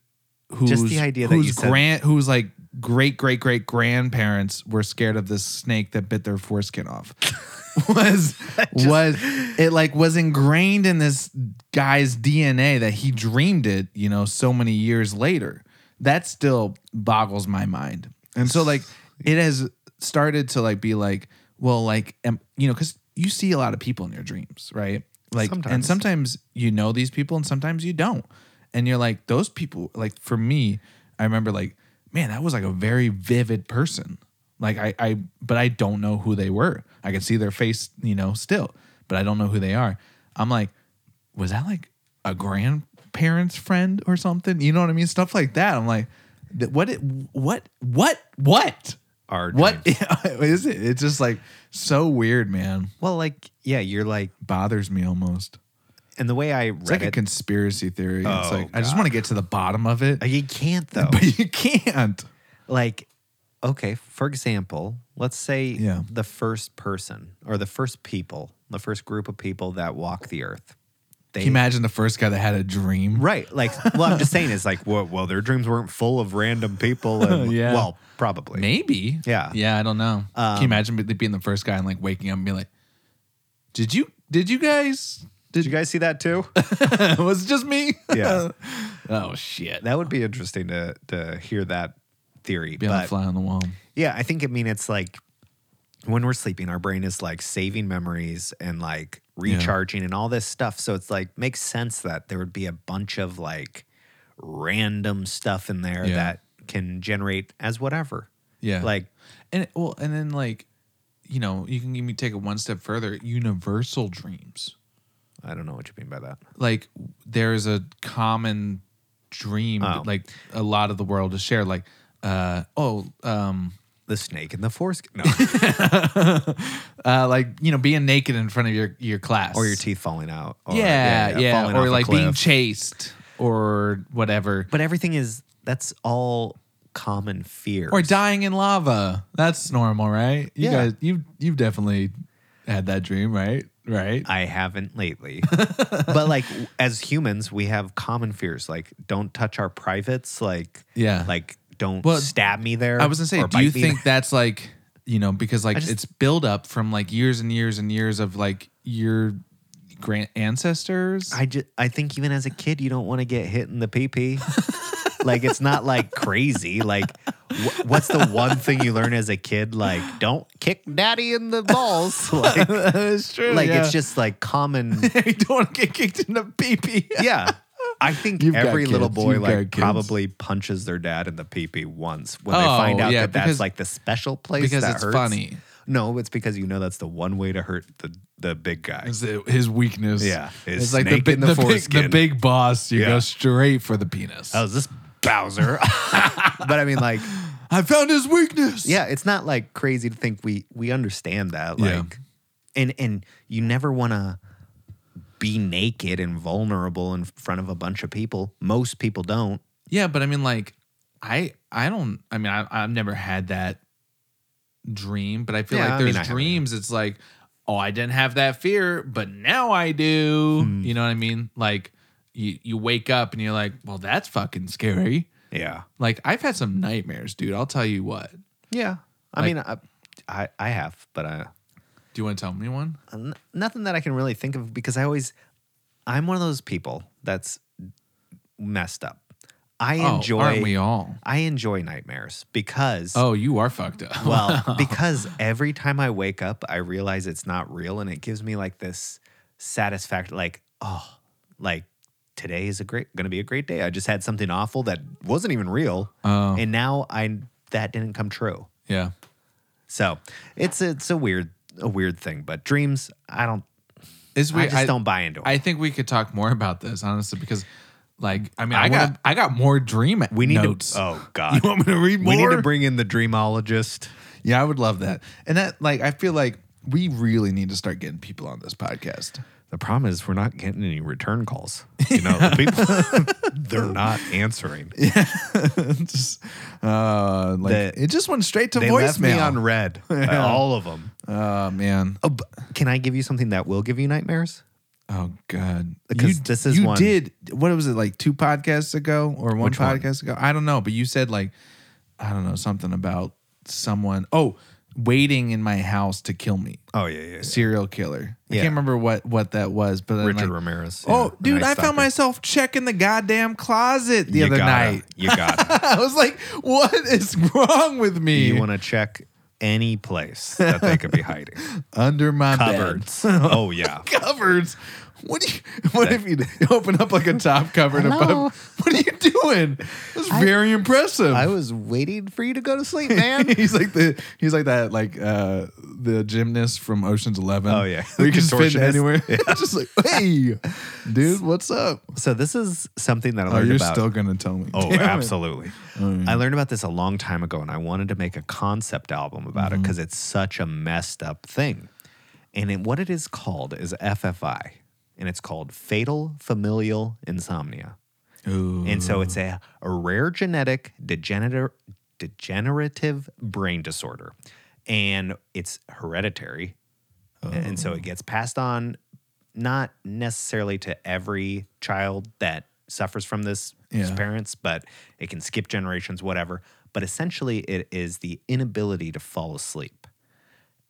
E: who's
A: idea that
E: who's
A: you said-
E: grand who's like great great great grandparents were scared of this snake that bit their foreskin off. was was it like was ingrained in this guy's DNA that he dreamed it, you know, so many years later. That still boggles my mind. And so like it has started to like be like, well, like am, you know, cuz you see a lot of people in your dreams, right? Like and
A: Sometimes.
E: sometimes you know these people and sometimes you don't. And you're like those people like for me, I remember like man, that was like a very vivid person. Like I, I, but I don't know who they were. I could see their face, you know, still, but I don't know who they are. I'm like, was that like a grandparent's friend or something? You know what I mean? Stuff like that. I'm like, th- what, it- what, what, what,
A: Our
E: what
A: dreams.
E: is it? It's just like so weird, man.
A: Well, like yeah, you're like,
E: Bothers me almost.
A: and the way I read
E: It's like a
A: it,
E: conspiracy theory. it's
A: Oh,
E: like I just
A: God.
E: want to get to the bottom of it,
A: uh, you can't though.
E: but you can't.
A: like okay for example let's say
E: Yeah.
A: the first person or the first people the first group of people that walk the earth they
E: Can you imagine the first guy that had a dream?
A: right like well i'm just saying is like well, well their dreams weren't full of random people and,
E: Yeah.
A: well probably
E: Maybe.
A: Yeah. Um,
E: Yeah, I don't know. Can you imagine be- being the first guy and like waking up and being like, "Did you? Did you guys?
A: did you guys see that too
E: was it just me?
A: Yeah.
E: oh shit.
A: that would be interesting to to hear that theory
E: Be on the
A: but
E: fly on the wall.
A: yeah i think i mean it's like when we're sleeping our brain is like saving memories and like recharging and all this stuff so it's like makes sense that there would be a bunch of like random stuff in there
E: Yeah.
A: that can generate as whatever
E: Yeah.
A: like
E: and it- well, and then like, you know, you can even take it one step further. Universal dreams.
A: i don't know what you mean by that
E: Like there is a common dream
A: Oh.
E: that like a lot of the world is shared. Like, uh, oh, um,
A: the snake and the foreskin no.
E: uh, like you know, being naked in front of your your class
A: or your teeth falling out or,
E: yeah, yeah,
A: falling off
E: or
A: a
E: like being
A: cliff.
E: chased or whatever,
A: but everything is that's all common fear
E: or dying in lava. That's normal, right? You
A: Yeah.
E: guys, you you've definitely had that dream, right? Right?
A: I haven't lately. but like w- as humans, we have common fears like don't touch our privates, like
E: Yeah.
A: like don't
E: Well,
A: stab me there.
E: I was gonna say,
A: or
E: do you
A: bite me
E: think
A: there.
E: that's like you know because like
A: just-
E: it's build up from like years and years and years of like your grand ancestors?
A: I just I think even as a kid, you don't want to get hit in the pee pee. like it's not like crazy. Like wh- what's the one thing you learn as a kid? Like don't kick daddy in the balls. Like
E: That's true.
A: like
E: yeah.
A: it's just like common.
E: you don't want to get kicked in the pee pee.
A: Yeah. I think
E: You've got
A: every little
E: kids.
A: boy
E: You've got
A: like
E: kids.
A: probably punches their dad in the peepee once when they
E: Oh,
A: find out
E: yeah,
A: that
E: because-
A: that's like the special place
E: because
A: that
E: it's
A: hurts.
E: funny.
A: No, it's because you know that's the one way to hurt the the big guy.
E: It's the- his weakness.
A: Yeah, his
E: it's like the,
A: snake
E: big,
A: in the
E: the, big, the
A: foreskin.
E: big boss. You
A: Yeah.
E: go straight for the penis.
A: Oh, is this Bowser? but I mean, like,
E: I found his weakness.
A: yeah, it's not like crazy to think we we understand that. Like,
E: Yeah.
A: and and you never want to be naked and vulnerable in front of a bunch of people. Most people don't.
E: yeah, but I mean, like, I, I don't. I mean, I, I've never had that dream, but I feel
A: Yeah, I
E: like
A: mean,
E: there's
A: I haven't.
E: dreams. It's like, oh, I didn't have that fear, but now I do.
A: Hmm.
E: You know what I mean? Like, you you wake up and you're like, well, that's fucking scary.
A: Yeah.
E: Like, I've had some nightmares, dude. I'll tell you what. Do
A: Yeah. I
E: Like-
A: mean, I, I I have, but I
E: you want to tell me one?
A: n- nothing that I can really think of because I always I'm one of those people that's messed up. I
E: Oh,
A: enjoy
E: aren't we all?
A: I enjoy nightmares because
E: Oh, you are fucked up.
A: well, because every time I wake up, I realize it's not real and it gives me like this satisfaction like, oh, like today is a great going to be a great day. I just had something awful that wasn't even real
E: Oh,
A: and now I that didn't come true.
E: yeah.
A: So, it's it's a weird a weird thing, but dreams, I don't
E: It's
A: I
E: weird.
A: just don't buy into it.
E: I think we could talk more about this, honestly, because like I mean, I,
A: I
E: got
A: wanna-
E: I got more dream
A: we need
E: notes.
A: to Oh god.
E: you want me to read more?
A: we need to bring in the dreamologist.
E: yeah, I would love that. And that like I feel like we really need to start getting people on this podcast.
A: The problem is we're not getting any return calls. You know, the people they're not answering.
E: just, uh, like
A: The-
E: it just went straight to
A: they
E: voicemail.
A: left me on red. All of them.
E: oh man.
A: Oh, b- can I give you something that will give you nightmares?
E: Oh god.
A: Because
E: you,
A: this is
E: you
A: one-
E: did what was it like two podcasts ago or one
A: Which one?
E: podcast ago? I don't know, but you said like I don't know something about someone. Oh, waiting in my house to kill me.
A: Oh yeah, yeah.
E: serial killer. I
A: Yeah.
E: can't remember what what that was, but then,
A: Richard
E: like-
A: Ramirez.
E: Oh,
A: yeah, the
E: dude,
A: Night
E: I
A: Stalker.
E: found myself checking the goddamn closet the
A: You
E: other
A: gotta-
E: night.
A: You got. it.
E: I was like, "What is wrong with me?"
A: you want to check any place that they could be hiding?
E: Under my bed,
A: Cupboards. oh yeah.
E: cupboards. What do you? What if you open up like a top cupboard above? What are you doing? It's very impressive.
A: was waiting for you to go to sleep, man.
E: he's like the he's like that like uh the gymnast from Ocean's Eleven.
A: Oh, yeah.
E: we can fit
A: Contortionist.
E: anywhere. Just like, hey, dude, what's up?
A: so this is something that I
E: Oh,
A: learned
E: you're
A: about.
E: still gonna tell me?
A: Oh,
E: Damn it. Oh,
A: absolutely. I learned about this a long time ago and I wanted to make a concept album about
E: Mm-hmm.
A: it because it's such a messed up thing. And it, what it is called is FFI, and it's called fatal familial insomnia. And so it's a, a rare genetic degener- degenerative brain disorder, and it's hereditary. And so it gets passed on, not necessarily to every child that suffers from this
E: Yeah.
A: parents, but it can skip generations, whatever. But essentially, it is the inability to fall asleep.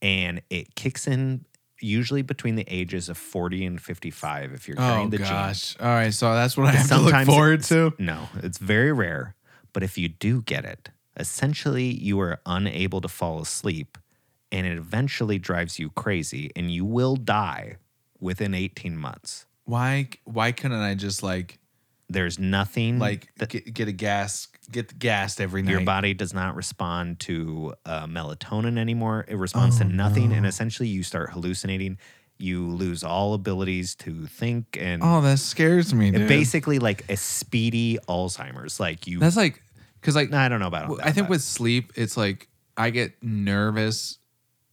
A: And it kicks in usually between the ages of 40 and 55 if you're carrying
E: Oh
A: the gene.
E: gosh! All right, so that's what I have
A: Sometimes
E: to look forward
A: it's-
E: to.
A: No, it's very rare. But if you do get it, essentially you are unable to fall asleep and it eventually drives you crazy and you will die within 18 months.
E: Why? Why couldn't I just like
A: There's nothing
E: like
A: that
E: get, get a gas, get gassed every night?
A: Mm, your body does not respond to uh, melatonin anymore. It responds to
E: Oh,
A: nothing. And essentially you start hallucinating. You lose all abilities to think and
E: Oh, that scares me, dude.
A: basically like a speedy Alzheimer's. Like you,
E: that's like because like
A: I don't know about
E: w-
A: that,
E: I think
A: but-
E: with sleep, it's like I get nervous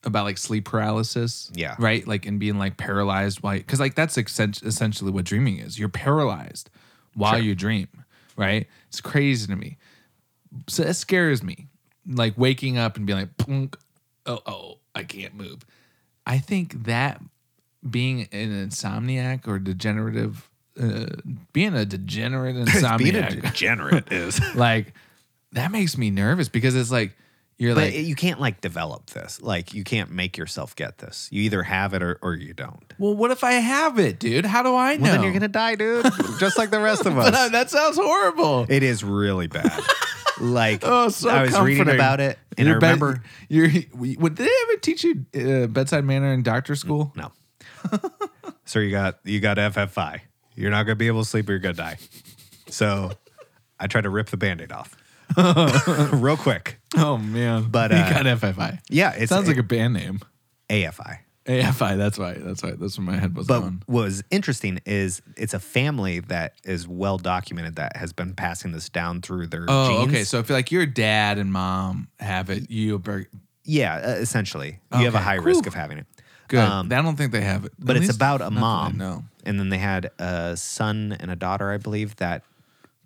E: about like sleep paralysis.
A: Yeah.
E: Right. Like and being like paralyzed while because like that's exen- essentially what dreaming is. You're paralyzed while you dream. Right. It's crazy to me. So that scares me. Like waking up and being like, "Plunk, oh, oh, I can't move. I think that being an insomniac or degenerative, uh, being a degenerate insomniac,
A: being a degenerate is.
E: like that makes me nervous because it's like you're
A: But
E: like
A: you can't like develop this. Like you can't make yourself get this. You either have it or, or you don't.
E: well what if i have it dude how do i know
A: Well, then you're gonna die, dude. just like the rest of
E: But, uh,
A: us.
E: that sounds horrible
A: it is really bad. like
E: oh so
A: I was reading
E: comforting.
A: about it, and
E: Your
A: I
E: bed-
A: remember
E: your would they ever teach you uh, bedside manner in doctor school
A: no. so you got you got FFI. You're not gonna be able to sleep, or you're gonna die. So I tried to rip the band-aid off real quick.
E: oh man
A: But,
E: you
A: uh,
E: got ffi
A: Yeah, it
E: sounds like a band name
A: AFI.
E: afi that's why that's why that's where my head was
A: But
E: going
A: what was interesting is it's a family that is well documented that has been passing this down through their
E: oh
A: genes.
E: okay so if like your dad and mom have it you better
A: yeah, uh, essentially, you have a
E: Okay.
A: high risk
E: Whew.
A: of having it.
E: good
A: Um,
E: i don't think they have it
A: But
E: At
A: it's
E: least
A: about a
E: not that I
A: mom,
E: know.
A: and then they had a son and a daughter, I believe, that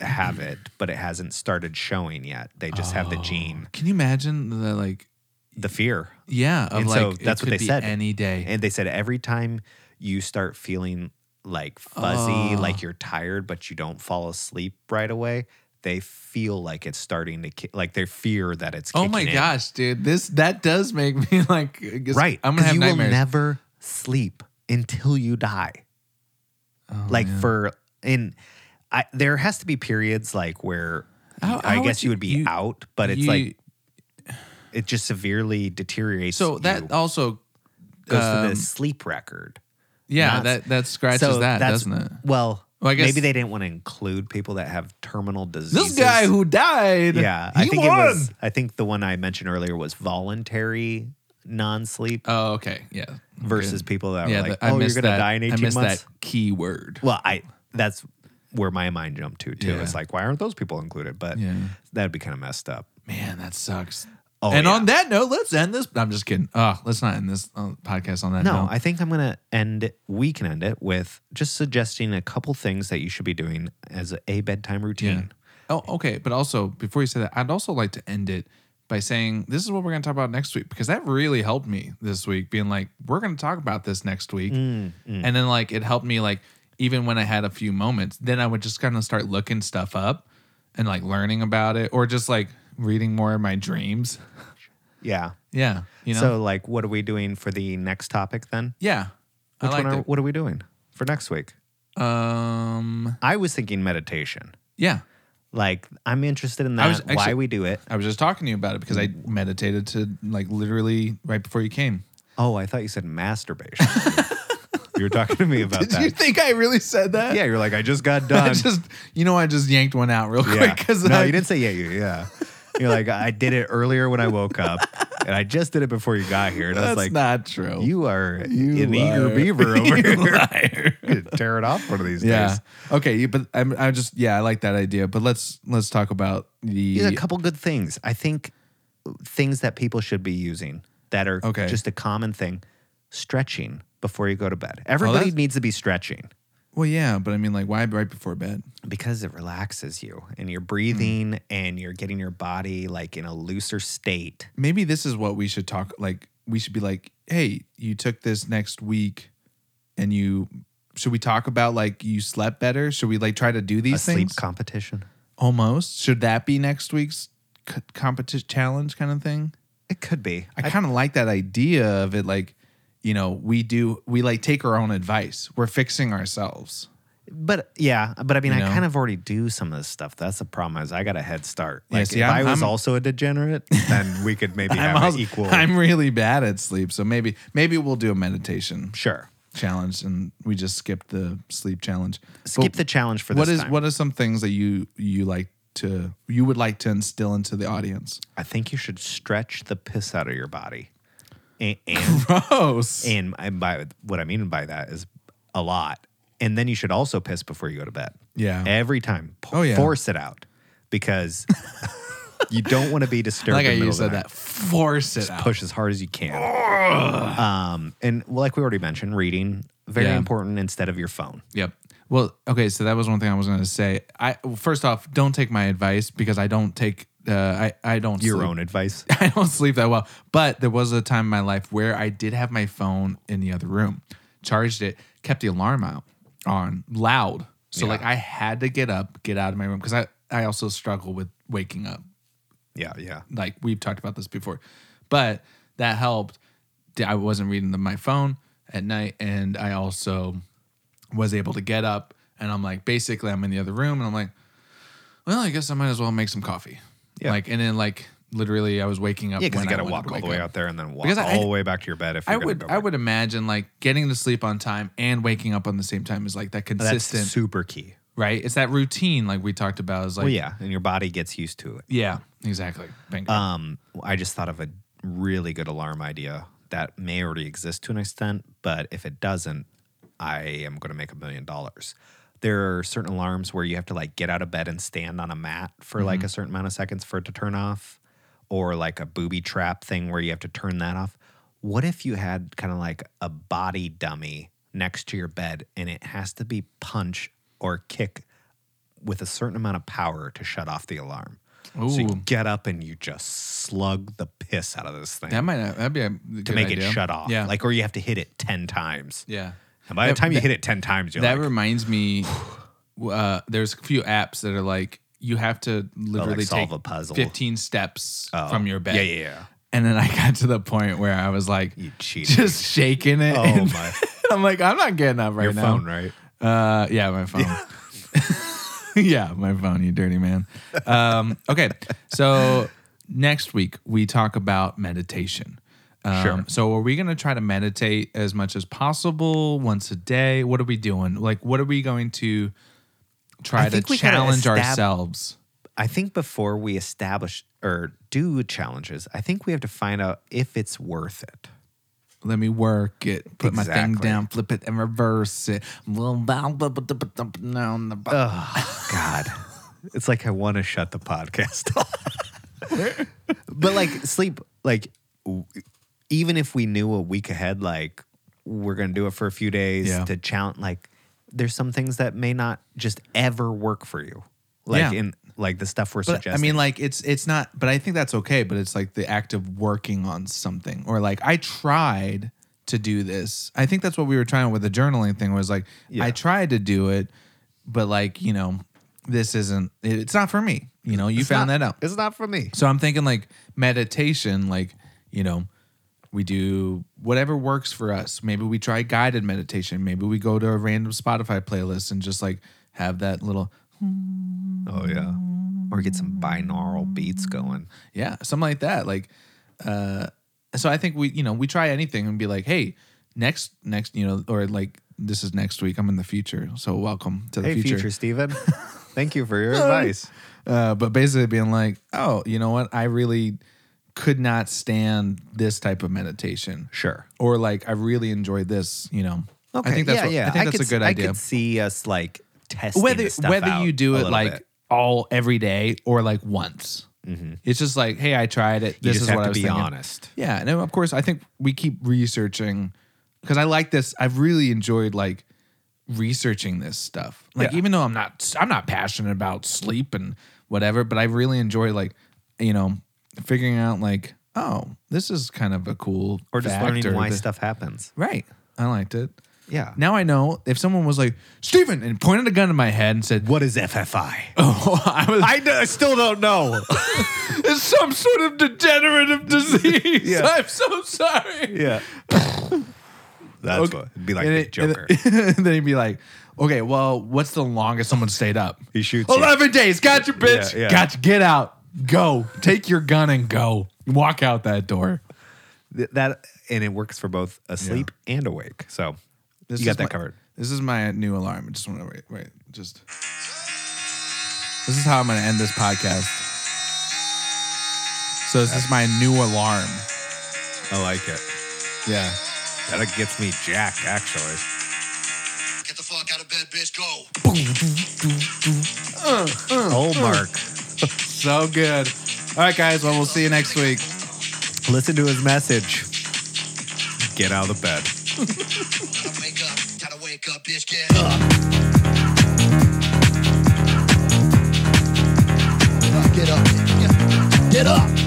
A: have it, but it hasn't started showing yet. They just have the gene,
E: Oh. Can you imagine the like?
A: the fear,
E: Yeah, of
A: And
E: like
A: so
E: it
A: that's what
E: could
A: they
E: be
A: said.
E: Any day.
A: and they said every time you start feeling like fuzzy,
E: Oh.
A: like you're tired, but you don't fall asleep right away. They feel like it's starting to ki- like they fear that it's.
E: oh my
A: kicking in.
E: gosh, dude! This that does make me like I guess
A: Right.
E: I'm gonna
A: 'cause
E: have
A: you
E: nightmares.
A: will never sleep until you die.
E: Oh,
A: like
E: man.
A: for and I, there has to be periods like where
E: How-
A: I
E: how
A: guess
E: would
A: you, would be
E: you-
A: out, but it's
E: You-
A: like it just severely deteriorates.
E: so that
A: you.
E: also
A: goes to
E: um,
A: the sleep record.
E: yeah
A: nuts.
E: that that scratches
A: so
E: that
A: that's,
E: doesn't it?
A: Well,
E: Well, I guess-
A: maybe they didn't want to include people that have terminal disease.
E: This guy who died,
A: yeah,
E: he
A: I think
E: won.
A: it was. I think the one I mentioned earlier was voluntary non-sleep
E: Oh, okay, yeah.
A: versus people that
E: yeah,
A: were like,
E: the- I
A: "Oh, you're
E: missed
A: gonna
E: that-
A: die in
E: I
A: 18
E: missed
A: months."
E: That key word.
A: Well, I that's where my mind jumped to too.
E: Yeah.
A: It's like, why aren't those people included? But
E: Yeah.
A: that'd be kind of messed up.
E: Man, that sucks.
A: Oh,
E: and
A: yeah.
E: on that note, let's end this. I'm just kidding. Oh, let's not end this uh, podcast on that
A: No,
E: note.
A: I think I'm going to end, we can end it with just suggesting a couple things that you should be doing as a bedtime routine.
E: Oh, okay. But also, before you say that, I'd also like to end it by saying this is what we're going to talk about next week because that really helped me this week. Being like, we're going to talk about this next week, and then like it helped me like even when I had a few moments, then I would just kind of start looking stuff up and like learning about it, or just like reading more of my dreams.
A: Yeah.
E: Yeah, you know.
A: So, like, what are we doing for the next topic then?
E: yeah, I
A: Which
E: liked
A: one are,
E: it.
A: What are we doing for next week?
E: Um,
A: I was thinking meditation.
E: yeah.
A: Like, I'm interested in that,
E: I was
A: why
E: actually-
A: we do it.
E: I was just talking to you about it because I meditated to like literally right before you came.
A: Oh, I thought you said masturbation. you were talking to me about
E: Did
A: that.
E: you think I really said that?
A: yeah, you're like, I just got
E: I
A: done.
E: just, you know, I just yanked one out real quick because
A: no,
E: I,
A: you didn't say yeah, you yeah. You're like I did it earlier when I woke up, and I just did it before you got here, and I
E: That's
A: was like,
E: not true.
A: you are
E: You
A: an eager
E: liar.
A: beaver over
E: You
A: here.
E: liar.
A: Could Tear it off one of these
E: yeah.
A: days.
E: Okay. you- But I'm, I just, yeah, I like that idea. But let's let's talk about the.
A: There's a couple good things. I think things that people should be using that are
E: Okay.
A: just a common thing: stretching before you go to bed. Everybody
E: that's-
A: needs to be stretching
E: well, yeah, but I mean, like, why right before bed?
A: because it relaxes you, and you're breathing, and you're getting your body like in a looser state.
E: Maybe this is what we should talk. Like, we should be like, hey, you took this next week, and you. Should we talk about like you slept better? Should we like try to do
A: A
E: these
A: sleep
E: things?
A: competition.
E: Almost. Should that be next week's c- competition challenge kind of thing?
A: It could be.
E: I kind of like that idea of it. Like, you know, we do, we like take our own advice. We're fixing ourselves.
A: But yeah, but I mean,
E: You
A: I
E: know?
A: kind of already do some of this stuff. That's the problem is I got a head start.
E: Yeah,
A: Like
E: see,
A: if i
E: I'm-
A: was
E: I'm-
A: also a degenerate, then we could maybe have
E: I'm,
A: an
E: also-
A: equal.
E: I'm really bad at sleep. So maybe, maybe we'll do a meditation
A: sure.
E: challenge and we just skip the sleep challenge.
A: Skip the challenge for this
E: What is,
A: time.
E: what are some things that you, you like to, you would like to instill into the audience?
A: I think you should stretch the piss out of your body, and and, Oh,
E: Gross.
A: and I- by what I mean by that is a lot. And then you should also piss before you go to bed.
E: Yeah.
A: every time. P-
E: Oh, yeah.
A: force it out because you don't want to be disturbed.
E: like I
A: in the middle
E: you
A: of the
E: said
A: night.
E: that. Force it out.
A: push as hard as you can. Um, and well, like we already mentioned, reading very
E: Yeah.
A: important instead of your phone.
E: Yep. Well, okay, so that was one thing I was going to say. I first off, don't take my advice because I don't take uh, I I don't
A: Your
E: sleep.
A: own advice.
E: I don't sleep that well. But there was a time in my life where I did have my phone in the other room, charged it, kept the alarm out on loud. So
A: Yeah.
E: like I had to get up, get out of my room because I I also struggle with waking up
A: Yeah, yeah.
E: like we've talked about this before, but that helped. D- I wasn't reading the, my phone at night, and I also was able to get up. And I'm like, basically, I'm in the other room, and I'm like, well, I guess I might as well make some coffee.
A: Yeah.
E: Like, and then like literally, I was waking up.
A: Yeah, because
E: when
A: you
E: I
A: got
E: wanted
A: to walk
E: to
A: all the
E: wake
A: way
E: up. uh,
A: out there and then walk
E: Because I-
A: all the way back to your bed if you're
E: I
A: gonna
E: would,
A: go
E: I
A: back.
E: would imagine like getting to sleep on time and waking up on the same time is like that
A: That's
E: consistent,
A: super key.
E: right? It's that routine, like we talked about. Is like,
A: Well, yeah, and your body gets used to it.
E: yeah, exactly. Bingo.
A: Um, I just thought of a really good alarm idea that may already exist to an extent, but if it doesn't, I am going to make a million dollars. There are certain alarms where you have to like get out of bed and stand on a mat for like a certain amount of seconds for it to turn off, or like a booby trap thing where you have to turn that off. What if you had kind of like a body dummy next to your bed and it has to be punch or kick with a certain amount of power to shut off the alarm? So you
E: Ooh.
A: get up and you just slug the piss out of this thing
E: that might that'd be a
A: to make it shut off.
E: Yeah,
A: Like, or you have to hit it 10 times.
E: yeah.
A: And by the
E: That-
A: time you
E: that-
A: hit it 10 times, you're
E: that
A: like,
E: reminds me uh there's a few apps that are like you have to literally
A: Oh, solve
E: take
A: a puzzle.
E: 15 steps
A: Oh.
E: from your bed
A: Yeah, yeah, yeah.
E: and then i got to the point where i was like
A: You cheated.
E: just shaking it
A: oh,
E: and
A: my.
E: i'm like i'm not getting up right
A: Your
E: now
A: phone, right?
E: uh yeah my phone yeah, my phone, you dirty man. Um, okay, so next week we talk about meditation. Um,
A: Sure.
E: So are we going to try to meditate as much as possible once a day? What are we doing? Like, what are we going to try
A: I
E: to
A: think we gotta
E: challenge
A: estab-
E: ourselves?
A: I think before we establish or do challenges, I think we have to find out if it's worth it.
E: Let me work it. Put my thing
A: Exactly.
E: down. Flip it and reverse it. Ugh.
A: God. It's like I want to shut the podcast off. but like sleep, like w- even if we knew a week ahead, like we're gonna do it for a few days
E: Yeah.
A: to challenge. Like there's some things that may not just ever work for you. Like
E: Yeah.
A: in like the stuff we're
E: But I
A: suggesting.
E: mean, like it's it's not. But I think that's okay. But it's like the act of working on something, or like I tried to do this. I think that's what we were trying with the journaling thing. Was like I tried to do it, but like you know, this isn't. It's not for me. You know, you
A: It's
E: found
A: not-
E: that out.
A: It's not for me.
E: So I'm thinking like meditation, like, you know, we do whatever works for us. Maybe we try guided meditation. Maybe we go to a random Spotify playlist and just like have that little,
A: Oh yeah. Or get some binaural beats going.
E: yeah, something like that. Like, uh, so I think we, you know, we try anything and be like, hey, next, next, you know, or like, this is next week. I'm in the future. So welcome to the
A: Hey, future,
E: future.
A: Steven. Thank you for your advice.
E: uh, but basically being like, oh, you know what? I really could not stand this type of meditation.
A: Sure.
E: Or like, I really enjoyed this. You know, I think that's
A: yeah,
E: what,
A: yeah.
E: I think that's
A: could
E: a good
A: s- I
E: idea.
A: could see us like testing
E: Whether
A: the stuff
E: whether
A: out
E: you
A: a
E: do it
A: little
E: like
A: bit. Mm-hmm.
E: all every day or like once, it's just like, hey, I tried it.
A: you
E: This
A: just
E: is
A: have
E: what
A: to
E: I was
A: be
E: thinking.
A: honest.
E: Yeah, and then, of course, I think we keep researching because I like this. I've really enjoyed like researching this stuff. Like
A: Yeah.
E: even though I'm not I'm not passionate about sleep and whatever, but I really enjoy like you know figuring out like oh this is kind of a cool
A: Or just
E: fact
A: learning
E: or
A: why
E: the-
A: stuff happens.
E: Right, I liked it.
A: Yeah.
E: Now I know if someone was like Steven and pointed a gun at my head and said,
A: what is FFI?
E: "Oh, I was
A: I, d- I still don't know.
E: it's some sort of degenerative disease.
A: Yeah.
E: I'm so sorry."
A: yeah. That's
E: Okay.
A: what it'd be like
E: And
A: the
E: it- and
A: Joker.
E: it- then he'd be like, okay, well, what's the longest someone stayed up?
A: He shoots you.
E: 11 days. Gotcha, bitch.
A: Yeah, yeah.
E: Gotcha. Get out. Go. Take your gun and go. Walk out that door.
A: Th- that and it works for both asleep and awake. So you got that covered.
E: This is my new alarm. I just want to wait. Wait. Just. This is how I'm going to end this podcast. So this is my new alarm.
A: I like it.
E: Yeah.
A: That gets me jacked, actually.
B: Get the fuck out of bed, bitch. Go.
A: Oh, Mark.
E: So good. All right, guys. Well, we'll see you next week.
A: Listen to his message. Get out of the bed.
B: Gotta wake up. Gotta wake up, bitch. Get up. Get up. Get up. Get up.